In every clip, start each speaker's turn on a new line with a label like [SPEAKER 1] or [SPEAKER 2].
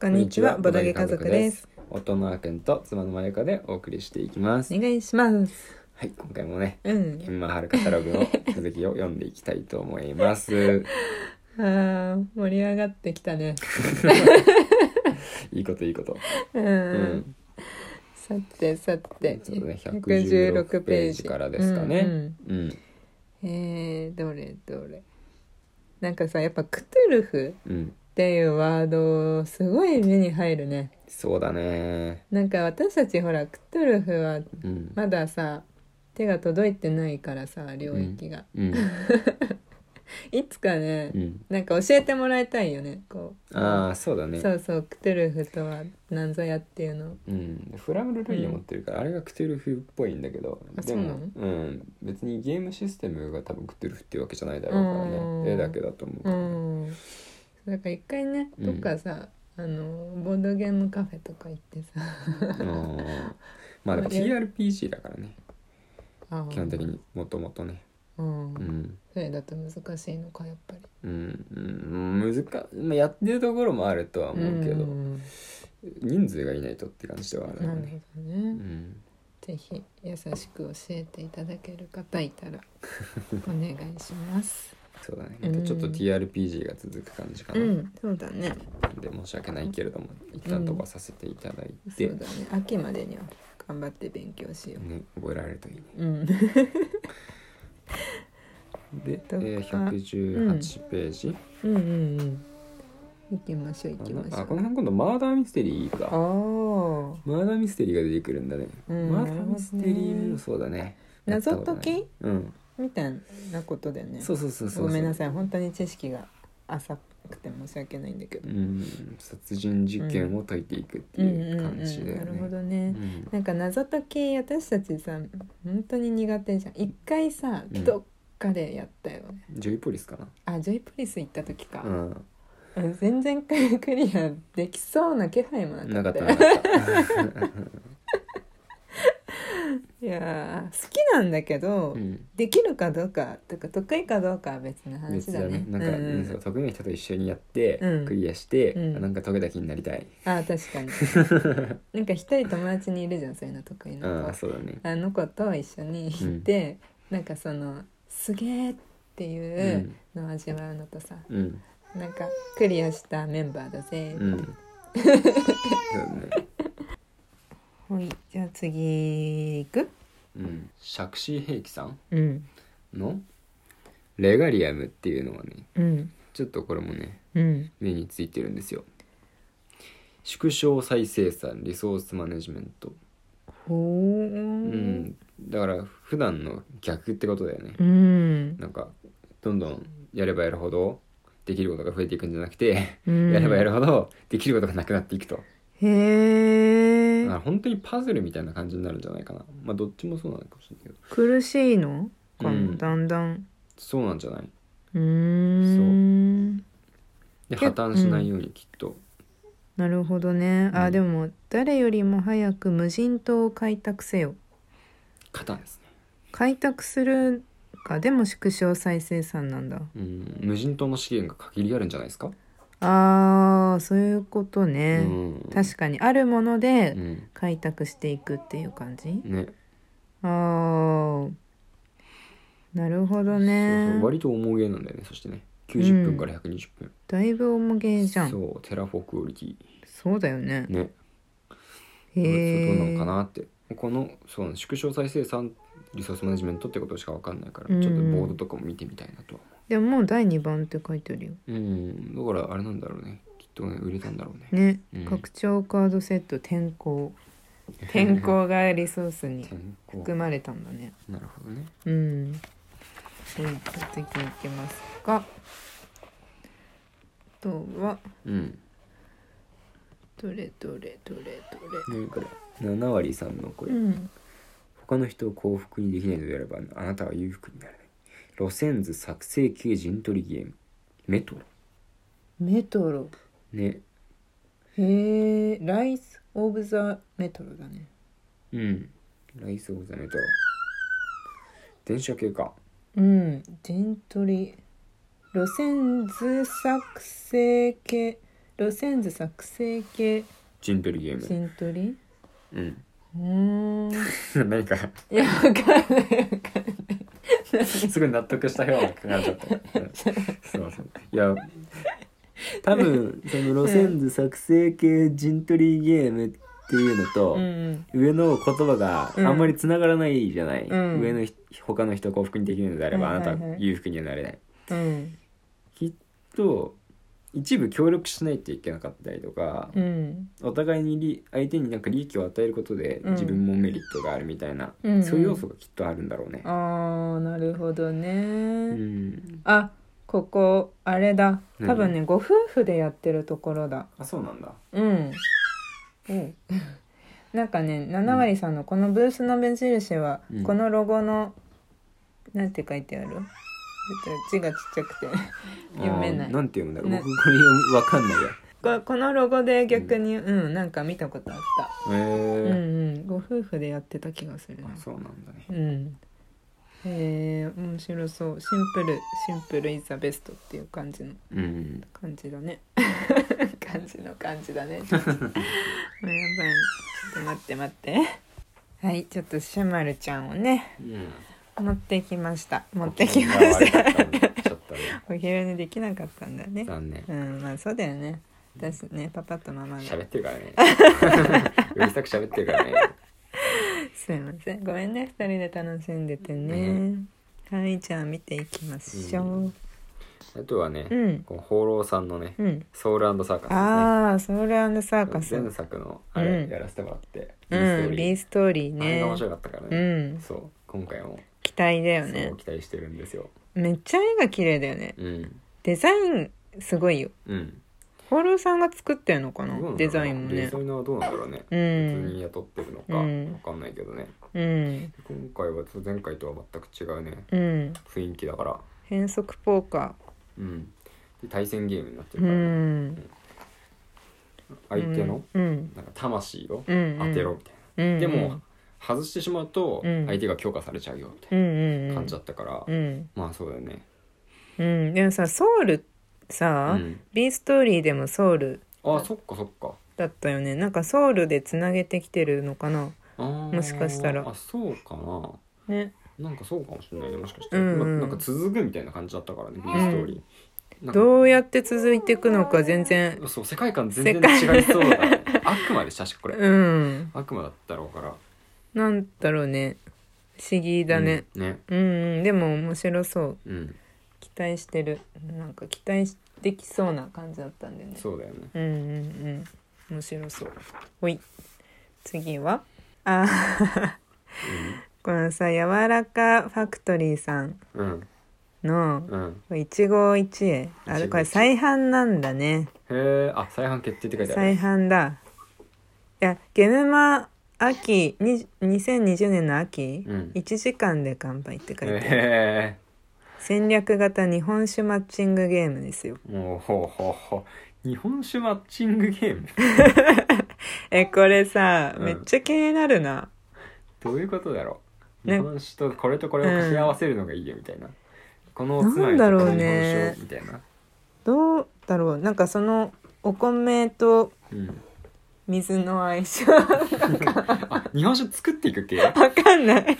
[SPEAKER 1] こんにちは、ボドゲ家族です。
[SPEAKER 2] 夫のあくんと妻のまゆかでお送りしていきます
[SPEAKER 1] お。願いします。
[SPEAKER 2] はい、今回もね、
[SPEAKER 1] うん。
[SPEAKER 2] エンマハルカタ ログの続きを読んでいきたいと思います。
[SPEAKER 1] ああ、盛り上がってきたね。
[SPEAKER 2] いいこといいこと。
[SPEAKER 1] うん。
[SPEAKER 2] うん。
[SPEAKER 1] さてさて、
[SPEAKER 2] そうだね116ページからですかね
[SPEAKER 1] うんうん
[SPEAKER 2] うん。
[SPEAKER 1] えー、どれどれ。なんかさ、やっぱクトゥルフ
[SPEAKER 2] うん。
[SPEAKER 1] っていうワード、すごい目に入るね。
[SPEAKER 2] そうだね。
[SPEAKER 1] なんか私たちほら、クトゥルフは
[SPEAKER 2] うん。
[SPEAKER 1] まださ、手が届いてないからさ、領域が。
[SPEAKER 2] うん。
[SPEAKER 1] いつかね、
[SPEAKER 2] うん。
[SPEAKER 1] なんか教えてもらいたいよね。こう。
[SPEAKER 2] ああ、そうだね。
[SPEAKER 1] そうそう、クトゥルフとは何ぞやっていうの。
[SPEAKER 2] うん、フラムル・ルイヤ持ってるから、あれがクトゥルフっぽいんだけど
[SPEAKER 1] あ
[SPEAKER 2] でも
[SPEAKER 1] そう
[SPEAKER 2] うん、別にゲームシステムが多分クトゥルフっていうわけじゃないだろうから
[SPEAKER 1] うん
[SPEAKER 2] ね絵だけだと思うか
[SPEAKER 1] う
[SPEAKER 2] ら、
[SPEAKER 1] ん。なんか一回ね、
[SPEAKER 2] うん
[SPEAKER 1] どっかさ、あのボードゲームカフェとか行ってさ、
[SPEAKER 2] うんまあでも
[SPEAKER 1] これ
[SPEAKER 2] TRPG だからね
[SPEAKER 1] あ
[SPEAKER 2] 基本的。にもともとね
[SPEAKER 1] うん。
[SPEAKER 2] うん、
[SPEAKER 1] それだと難しいのかやっぱり。
[SPEAKER 2] うんうん、難まあやってるところもあるとは思うけど、
[SPEAKER 1] ん
[SPEAKER 2] 人数がいないとって感じではある
[SPEAKER 1] な
[SPEAKER 2] よ
[SPEAKER 1] る
[SPEAKER 2] ね、
[SPEAKER 1] ほど
[SPEAKER 2] う
[SPEAKER 1] ね。
[SPEAKER 2] ん、
[SPEAKER 1] ぜひ優しく教えていただける方い たらお願いします。
[SPEAKER 2] そうだねまたちょっと
[SPEAKER 1] うん
[SPEAKER 2] TRPG が続く感じか
[SPEAKER 1] う
[SPEAKER 2] な、
[SPEAKER 1] ん、そうだね。
[SPEAKER 2] で申し訳ないけれども一旦飛ばさせていただい
[SPEAKER 1] そ
[SPEAKER 2] て、
[SPEAKER 1] うだね。秋までには頑張って勉強しよ
[SPEAKER 2] ね、覚えられるといいね
[SPEAKER 1] う。うん。
[SPEAKER 2] で、え
[SPEAKER 1] とか
[SPEAKER 2] ー、118ページ
[SPEAKER 1] うんうんうん。行きましょう行
[SPEAKER 2] か
[SPEAKER 1] き
[SPEAKER 2] な、
[SPEAKER 1] まし
[SPEAKER 2] あこ
[SPEAKER 1] ょ
[SPEAKER 2] の
[SPEAKER 1] う。
[SPEAKER 2] 辺今度マーダーミステリー
[SPEAKER 1] ああ
[SPEAKER 2] か
[SPEAKER 1] ー。
[SPEAKER 2] マーダーミステリーが出てくるんだね、
[SPEAKER 1] うん
[SPEAKER 2] マーダーミステリーもそうだねやったことない
[SPEAKER 1] 謎解
[SPEAKER 2] うん
[SPEAKER 1] みたいなことだよね
[SPEAKER 2] そうそうそうそう
[SPEAKER 1] ごめんなさ
[SPEAKER 2] い
[SPEAKER 1] い本当に知識が浅くて申し訳ないんだけど、
[SPEAKER 2] うん殺人事件を解いていくっていう感じだよ
[SPEAKER 1] なるほ
[SPEAKER 2] ね
[SPEAKER 1] ど
[SPEAKER 2] う
[SPEAKER 1] ね、
[SPEAKER 2] ん
[SPEAKER 1] なんか謎解き私たちさ本当に苦手じゃん一回さ
[SPEAKER 2] うん
[SPEAKER 1] どっかでやったよね、
[SPEAKER 2] ジョイポリスかな
[SPEAKER 1] あジョイプリス行った時か
[SPEAKER 2] う、ん
[SPEAKER 1] うん全然クリアできそうな気配もな
[SPEAKER 2] な
[SPEAKER 1] か
[SPEAKER 2] か
[SPEAKER 1] っ
[SPEAKER 2] ったた
[SPEAKER 1] よ
[SPEAKER 2] なかった
[SPEAKER 1] いやー好きなんだけど、
[SPEAKER 2] うん
[SPEAKER 1] できるかどうかとか得意かどうかは別の話
[SPEAKER 2] 別
[SPEAKER 1] だ
[SPEAKER 2] だ
[SPEAKER 1] ね
[SPEAKER 2] ねなんか
[SPEAKER 1] う
[SPEAKER 2] うんそう得意な人と一緒にやって
[SPEAKER 1] うん
[SPEAKER 2] クリアして
[SPEAKER 1] うん
[SPEAKER 2] あなんか解けた気になりたい
[SPEAKER 1] あー確かに なんか一人友達にいるじゃんそういうの得意な子
[SPEAKER 2] ああそうだね
[SPEAKER 1] あの子と一緒に行って、なんかその「すげえ!」っていうのを味わうのとさ、
[SPEAKER 2] うん
[SPEAKER 1] なんかクリアしたメンバーだぜ、
[SPEAKER 2] うんそうだね
[SPEAKER 1] ほいじゃあ次行く
[SPEAKER 2] うん、シャクシー兵器さん
[SPEAKER 1] うん
[SPEAKER 2] の「レガリアム」っていうのはね
[SPEAKER 1] うん
[SPEAKER 2] ちょっとこれもね
[SPEAKER 1] うん
[SPEAKER 2] 目についてるんですよ縮小再生産リソースマネジメント
[SPEAKER 1] ほー
[SPEAKER 2] うんだから普段の逆ってことだよね
[SPEAKER 1] うん
[SPEAKER 2] なんかどんどんやればやるほどできることが増えていくんじゃなくて
[SPEAKER 1] うん
[SPEAKER 2] やればやるほどできることがなくなっていくと
[SPEAKER 1] へえ
[SPEAKER 2] だから本当にパズルみたいな感じになるんじゃないかなまあどっちもそうなのかもしれないけど
[SPEAKER 1] 苦しいのかも、
[SPEAKER 2] うん
[SPEAKER 1] だんだん
[SPEAKER 2] そうなんじゃないう
[SPEAKER 1] ーん
[SPEAKER 2] で破
[SPEAKER 1] 結構
[SPEAKER 2] 綻しないようにきっと、
[SPEAKER 1] なるほどねあ、
[SPEAKER 2] うん
[SPEAKER 1] でも誰よりも早く無人島を開拓せよ
[SPEAKER 2] 型ですね、
[SPEAKER 1] 開拓するかでも縮小再生産なんだ
[SPEAKER 2] うん、無人島の資源が限りあるんじゃないですか、
[SPEAKER 1] あーそういうこと
[SPEAKER 2] う
[SPEAKER 1] ね、
[SPEAKER 2] ん、
[SPEAKER 1] 確かにあるもの
[SPEAKER 2] う
[SPEAKER 1] で
[SPEAKER 2] ん、
[SPEAKER 1] 開拓していくっていう感じ、
[SPEAKER 2] ね
[SPEAKER 1] あーなるほど
[SPEAKER 2] そう
[SPEAKER 1] ね
[SPEAKER 2] そう割と重げなんだよねそしてね90分から120分、
[SPEAKER 1] だいぶ重げじゃんそ
[SPEAKER 2] そううテラフォークオリティ
[SPEAKER 1] だよね
[SPEAKER 2] ね
[SPEAKER 1] へえ
[SPEAKER 2] そうどうなのかなってこのそうなの縮小再生産リソースマネジメントってことしか分かんないから、
[SPEAKER 1] うん
[SPEAKER 2] ちょっとボードとかも見てみたいなとは
[SPEAKER 1] でももう第2番って書いてあるよ
[SPEAKER 2] 思ううんだからあれなんだろうねきっとね売れたんだろうね
[SPEAKER 1] ね、
[SPEAKER 2] うん
[SPEAKER 1] 拡張カードセット転校転 校がリソースに
[SPEAKER 2] 転校
[SPEAKER 1] 含まれたんだね
[SPEAKER 2] なるほどね
[SPEAKER 1] うんじゃあ次行きますかあとは
[SPEAKER 2] うん
[SPEAKER 1] どれどれどれどれ
[SPEAKER 2] ねこれ7割さんのこれ、
[SPEAKER 1] うん
[SPEAKER 2] 他の人を幸福にできないのであればあなたは裕福になれない路線図作成系陣取りゲームメトロ
[SPEAKER 1] メトロ
[SPEAKER 2] ね
[SPEAKER 1] へえライス・オブ・ザ・メトロだね
[SPEAKER 2] うんライス・オブ・ザ・メトロ電車系か
[SPEAKER 1] うん陣取り路線図作成系路路線図作成系
[SPEAKER 2] 陣取りゲーム
[SPEAKER 1] 陣取り
[SPEAKER 2] うん
[SPEAKER 1] うーん
[SPEAKER 2] 何か
[SPEAKER 1] い やわかんないわかんない
[SPEAKER 2] すごい納得したような感じだった、うんすいませんいや多分その路線図作成系陣取りゲームっていうのと、
[SPEAKER 1] うん
[SPEAKER 2] 上の言葉があんまりつながらないじゃない、
[SPEAKER 1] うん
[SPEAKER 2] 上のひ他の人を幸福にできるのであれば、
[SPEAKER 1] はいはいはい
[SPEAKER 2] あなたは裕福にはなれない
[SPEAKER 1] うん
[SPEAKER 2] きっと一部協力しないといけなかったりとか、
[SPEAKER 1] うん
[SPEAKER 2] お互いに利相手になんか利益を与えることで
[SPEAKER 1] うん
[SPEAKER 2] 自分もメリットがあるみたいな、
[SPEAKER 1] うんうん
[SPEAKER 2] そういう要素がきっとあるんだろうね。
[SPEAKER 1] ああなるほどね、
[SPEAKER 2] うん、
[SPEAKER 1] あここあれだ
[SPEAKER 2] 何
[SPEAKER 1] 多分ねご夫婦でやってるところだ
[SPEAKER 2] あそうなんだ。
[SPEAKER 1] うん、うん、 なんかね七割さんのこのブースの目印は、
[SPEAKER 2] うん
[SPEAKER 1] このロゴのなんて書いてあるちょっと字がちっちゃくて 読めな
[SPEAKER 2] あ
[SPEAKER 1] い
[SPEAKER 2] ーなんて読むんだろう。
[SPEAKER 1] ね
[SPEAKER 2] 僕これ読むわかんないや。
[SPEAKER 1] ここのロゴで逆にうん、なんか見たことあった、
[SPEAKER 2] へ
[SPEAKER 1] うん
[SPEAKER 2] え
[SPEAKER 1] うんご夫婦でやってた気がするな
[SPEAKER 2] あそうなんだね。
[SPEAKER 1] うんへえ面白そうシンプルシンプルイズザベストっていう感じの
[SPEAKER 2] うん。
[SPEAKER 1] 感じだね 感じの感じだ ねもうやばいちょっと待って待ってはいちょっとシュマルちゃんをね
[SPEAKER 2] うん、
[SPEAKER 1] 持ってきました持ってきまし
[SPEAKER 2] ちょ
[SPEAKER 1] た
[SPEAKER 2] っとねちょっとね。
[SPEAKER 1] お昼寝できなかったんだね
[SPEAKER 2] 残念
[SPEAKER 1] う。んまあそうだよね私ねパパとママが
[SPEAKER 2] 喋ってるからね。うるさく喋ってるからね。
[SPEAKER 1] すいませんごめんね二人で楽しんでてね
[SPEAKER 2] ね
[SPEAKER 1] はいじゃあ見ていきましょう、
[SPEAKER 2] うんあとはね、
[SPEAKER 1] うん
[SPEAKER 2] この放浪さんのね、
[SPEAKER 1] うん。
[SPEAKER 2] ソウルサーカスですね。
[SPEAKER 1] ああ、ソウルサーカス。
[SPEAKER 2] 前作のあれ
[SPEAKER 1] うん
[SPEAKER 2] やらせてもらって、
[SPEAKER 1] うん、
[SPEAKER 2] ビ
[SPEAKER 1] B
[SPEAKER 2] ース
[SPEAKER 1] ストーリー
[SPEAKER 2] トリーあれ
[SPEAKER 1] ね
[SPEAKER 2] が。面白かったから
[SPEAKER 1] う
[SPEAKER 2] ね、
[SPEAKER 1] ん、
[SPEAKER 2] そう今回も
[SPEAKER 1] 期待だよ
[SPEAKER 2] そ
[SPEAKER 1] ね
[SPEAKER 2] う。期待してるんですよ
[SPEAKER 1] めっちゃ絵が綺麗だよね。
[SPEAKER 2] うん
[SPEAKER 1] デザインすごいよ。
[SPEAKER 2] うん
[SPEAKER 1] ホルさんが作ってるのか
[SPEAKER 2] どう
[SPEAKER 1] な
[SPEAKER 2] なんだろうな
[SPEAKER 1] デザインも
[SPEAKER 2] デ
[SPEAKER 1] ね
[SPEAKER 2] ザ。イナーはどうなんだろうね、
[SPEAKER 1] う
[SPEAKER 2] 普通に
[SPEAKER 1] ん。
[SPEAKER 2] 雇ってるのか
[SPEAKER 1] うん
[SPEAKER 2] 分かんないけどね、
[SPEAKER 1] うん。
[SPEAKER 2] 今回はちょっと前回とは全く違うね
[SPEAKER 1] うん。
[SPEAKER 2] 雰囲気だから
[SPEAKER 1] 変則ポーカ
[SPEAKER 2] うんで対戦ゲームになって
[SPEAKER 1] ー。う
[SPEAKER 2] るからね、
[SPEAKER 1] ん。
[SPEAKER 2] 相手の
[SPEAKER 1] うん。
[SPEAKER 2] なんか魂を
[SPEAKER 1] うん。うん
[SPEAKER 2] 当てろみたいな、
[SPEAKER 1] うん。
[SPEAKER 2] でも外してしまうと
[SPEAKER 1] うん
[SPEAKER 2] 相手が強化されちゃうよみた
[SPEAKER 1] う
[SPEAKER 2] い
[SPEAKER 1] んうんう。
[SPEAKER 2] なん感じだったから、
[SPEAKER 1] うん。
[SPEAKER 2] まあそうだよね
[SPEAKER 1] うん。でもさ、ソウル
[SPEAKER 2] う
[SPEAKER 1] さ、
[SPEAKER 2] ん
[SPEAKER 1] B ストーリーでもソウル
[SPEAKER 2] あそっかそっか
[SPEAKER 1] だったよね。なんかソウルでつなげてきてるのかな。も
[SPEAKER 2] も
[SPEAKER 1] しかしたら
[SPEAKER 2] あそうかな
[SPEAKER 1] ね。
[SPEAKER 2] なんかそうかもしれないねもしかして、
[SPEAKER 1] うんうん
[SPEAKER 2] まなんか続くみたいな感じだったからねビーストーリー、なんか
[SPEAKER 1] どうやって続いていくのか全然
[SPEAKER 2] そう世界観全然違いそうだから、ね、悪魔でしたしこれ、
[SPEAKER 1] うん
[SPEAKER 2] 悪魔だったろうから
[SPEAKER 1] なんだろうね不思議だね、
[SPEAKER 2] うんね
[SPEAKER 1] うん、うんでも面白そう
[SPEAKER 2] うん
[SPEAKER 1] 期待してるなんか期待しできそうな感じだったんだよね
[SPEAKER 2] そうだよね
[SPEAKER 1] うんうんうん面白そうほい次はあーこのさやわらかファクトリーさん
[SPEAKER 2] うん
[SPEAKER 1] の
[SPEAKER 2] うん
[SPEAKER 1] 一期一会あれこれ再販なんだね
[SPEAKER 2] へえあ再販決定って書いてあ
[SPEAKER 1] 再
[SPEAKER 2] る
[SPEAKER 1] 販だいやゲムマ秋に2020年の秋、
[SPEAKER 2] うん
[SPEAKER 1] 1時間で完売って書いてある、
[SPEAKER 2] へ
[SPEAKER 1] 戦略型日本酒マッチングゲームですよ
[SPEAKER 2] えもうほうほうほう日本酒マッチングゲーム
[SPEAKER 1] えこれさ、
[SPEAKER 2] うん
[SPEAKER 1] めっちゃ気になるな
[SPEAKER 2] どういうことだろう
[SPEAKER 1] ね
[SPEAKER 2] 日本酒とこれとこれを掛け合わせるのがいいよみたいな、このおつま
[SPEAKER 1] なん
[SPEAKER 2] みと
[SPEAKER 1] だ
[SPEAKER 2] こ
[SPEAKER 1] ろ
[SPEAKER 2] の
[SPEAKER 1] う
[SPEAKER 2] 日本
[SPEAKER 1] ね
[SPEAKER 2] 酒をみたいな
[SPEAKER 1] どうだろうなんかそのお米と
[SPEAKER 2] うん
[SPEAKER 1] 水の相 性
[SPEAKER 2] あ日本酒作っていく系
[SPEAKER 1] わかんない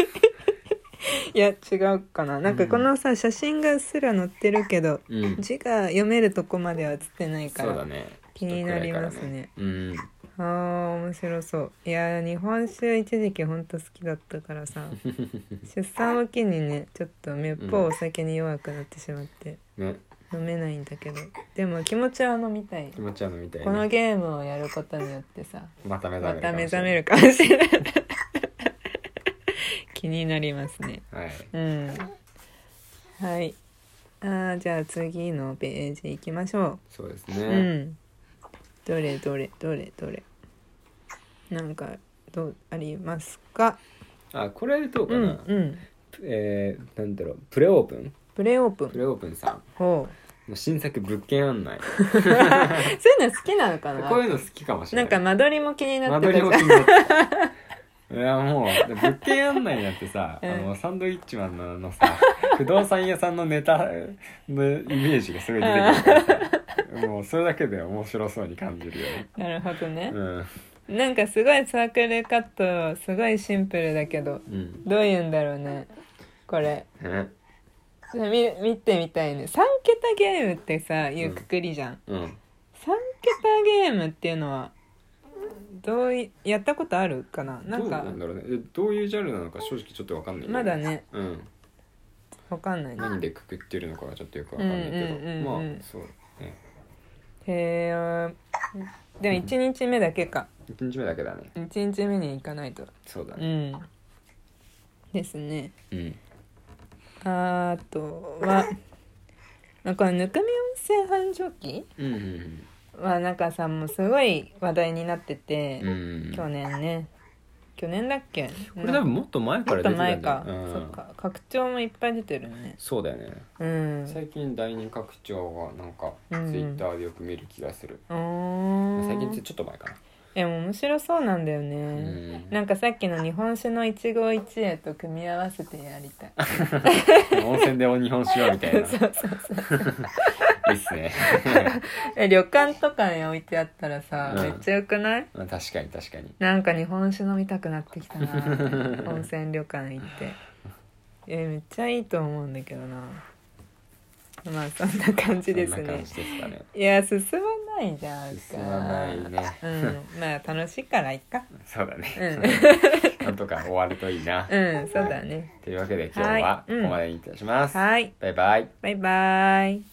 [SPEAKER 1] いや違うかななんかこのさ写真がうっすら載ってるけど
[SPEAKER 2] うん
[SPEAKER 1] 字が読めるとこまでは写ってないか
[SPEAKER 2] そう
[SPEAKER 1] ら
[SPEAKER 2] だね
[SPEAKER 1] 気になりますね
[SPEAKER 2] ちょっと暗いからうん
[SPEAKER 1] あー面白そういやー日本酒一時期ほんと好きだったから さ出産を機にねちょっとめっぽうお酒に弱くなってしまって、
[SPEAKER 2] ね
[SPEAKER 1] 飲めないんだけどでも気持ちは飲みたい
[SPEAKER 2] 気持ち悪いみたい
[SPEAKER 1] この
[SPEAKER 2] な
[SPEAKER 1] ゲームをやることによってさ
[SPEAKER 2] また目
[SPEAKER 1] ま
[SPEAKER 2] 覚める
[SPEAKER 1] た目
[SPEAKER 2] かもし
[SPEAKER 1] 覚
[SPEAKER 2] れ
[SPEAKER 1] め
[SPEAKER 2] ない
[SPEAKER 1] るかもしれない気になりますね
[SPEAKER 2] はい
[SPEAKER 1] うんはいあーじゃあ次のページ行きましょう
[SPEAKER 2] そうです
[SPEAKER 1] う
[SPEAKER 2] ね
[SPEAKER 1] ん。どれどれどれどれ。なんかどうありますか。
[SPEAKER 2] あこれどう
[SPEAKER 1] う
[SPEAKER 2] か
[SPEAKER 1] ん
[SPEAKER 2] な
[SPEAKER 1] うん。
[SPEAKER 2] えーなんだろうプレオープン
[SPEAKER 1] プレオープ
[SPEAKER 2] プ
[SPEAKER 1] ン。
[SPEAKER 2] レオープンさん
[SPEAKER 1] ほ
[SPEAKER 2] の新作物件案内
[SPEAKER 1] う。そういうの好きなのかな。
[SPEAKER 2] こういうの好きかもしれ
[SPEAKER 1] な
[SPEAKER 2] ない
[SPEAKER 1] んか間取りも気にな
[SPEAKER 2] 間
[SPEAKER 1] って
[SPEAKER 2] 取
[SPEAKER 1] た
[SPEAKER 2] り
[SPEAKER 1] じゃ ん
[SPEAKER 2] も気になったいやもう物件案内なんてさ、
[SPEAKER 1] うん
[SPEAKER 2] あのサンドイッチマンのあのさ不動産屋さんのネタのイメージがすごい出てくるから さもうそれだけで面白そうに感じるよね。
[SPEAKER 1] なるほどね
[SPEAKER 2] う、ん
[SPEAKER 1] なんかすごいサークルカットすごいシンプルだけど
[SPEAKER 2] うん
[SPEAKER 1] どういうんだろうねこれ
[SPEAKER 2] ね
[SPEAKER 1] 見見てみたいね3桁ゲームってさいうくくりじゃん、
[SPEAKER 2] うん
[SPEAKER 1] 3桁ゲームっていうのはどういやったことあるかななんか
[SPEAKER 2] どうなんだろうねえどういうジャンルなのか正直ちょっとわかんないけど
[SPEAKER 1] まだね
[SPEAKER 2] うん
[SPEAKER 1] わかんないね
[SPEAKER 2] 何でくくってるのかはちょっとよくわかんないけど、
[SPEAKER 1] うんうんうんうん
[SPEAKER 2] まあそうね
[SPEAKER 1] へえでも1日目だけか
[SPEAKER 2] 1日目だけだね
[SPEAKER 1] 1日目に行かないと
[SPEAKER 2] そうだ
[SPEAKER 1] う
[SPEAKER 2] ね
[SPEAKER 1] んですね
[SPEAKER 2] うん
[SPEAKER 1] あとはなんかぬくみ温泉繁盛期
[SPEAKER 2] うんうん
[SPEAKER 1] はなんかさもうすごい話題になってて、
[SPEAKER 2] うんうん
[SPEAKER 1] 去年ね去年だっけ
[SPEAKER 2] これ多分もっと前
[SPEAKER 1] ち
[SPEAKER 2] か
[SPEAKER 1] ょっと
[SPEAKER 2] ら出てた
[SPEAKER 1] 前
[SPEAKER 2] んだ
[SPEAKER 1] か、
[SPEAKER 2] ようん
[SPEAKER 1] そっか拡張もいっぱい出てるね
[SPEAKER 2] そうだよね
[SPEAKER 1] うん
[SPEAKER 2] 最近第二拡張はなんかツ
[SPEAKER 1] う
[SPEAKER 2] イ
[SPEAKER 1] ん
[SPEAKER 2] ッターでよく見る気がする、
[SPEAKER 1] あー
[SPEAKER 2] 最近ってちょっと前かな、
[SPEAKER 1] でも面白そうなんだよね、
[SPEAKER 2] うん
[SPEAKER 1] なんかさっきの日本酒の一期一会と組み合わせてやりたい
[SPEAKER 2] 温泉でお日本しようみたいな い
[SPEAKER 1] そうそうそう
[SPEAKER 2] いっ すね
[SPEAKER 1] え旅館とかに置いてあったらさ、
[SPEAKER 2] うん
[SPEAKER 1] めっちゃよくない
[SPEAKER 2] まあ確かに確かに
[SPEAKER 1] なんか日本酒飲みたくなってきたな 温泉旅館行ってえめっちゃいいと思うんだけどなまあそんな感じです
[SPEAKER 2] そんな
[SPEAKER 1] ね
[SPEAKER 2] 感じですかね
[SPEAKER 1] いや進まないじゃんか
[SPEAKER 2] 進まないね
[SPEAKER 1] うんまあ楽しいからいっか
[SPEAKER 2] そうだね、
[SPEAKER 1] うん
[SPEAKER 2] なんとか終わるといいな、
[SPEAKER 1] うんそうだね
[SPEAKER 2] というわけで今日ははい
[SPEAKER 1] うん
[SPEAKER 2] ここまでにいたします、
[SPEAKER 1] はい
[SPEAKER 2] バイバイ
[SPEAKER 1] バイバイ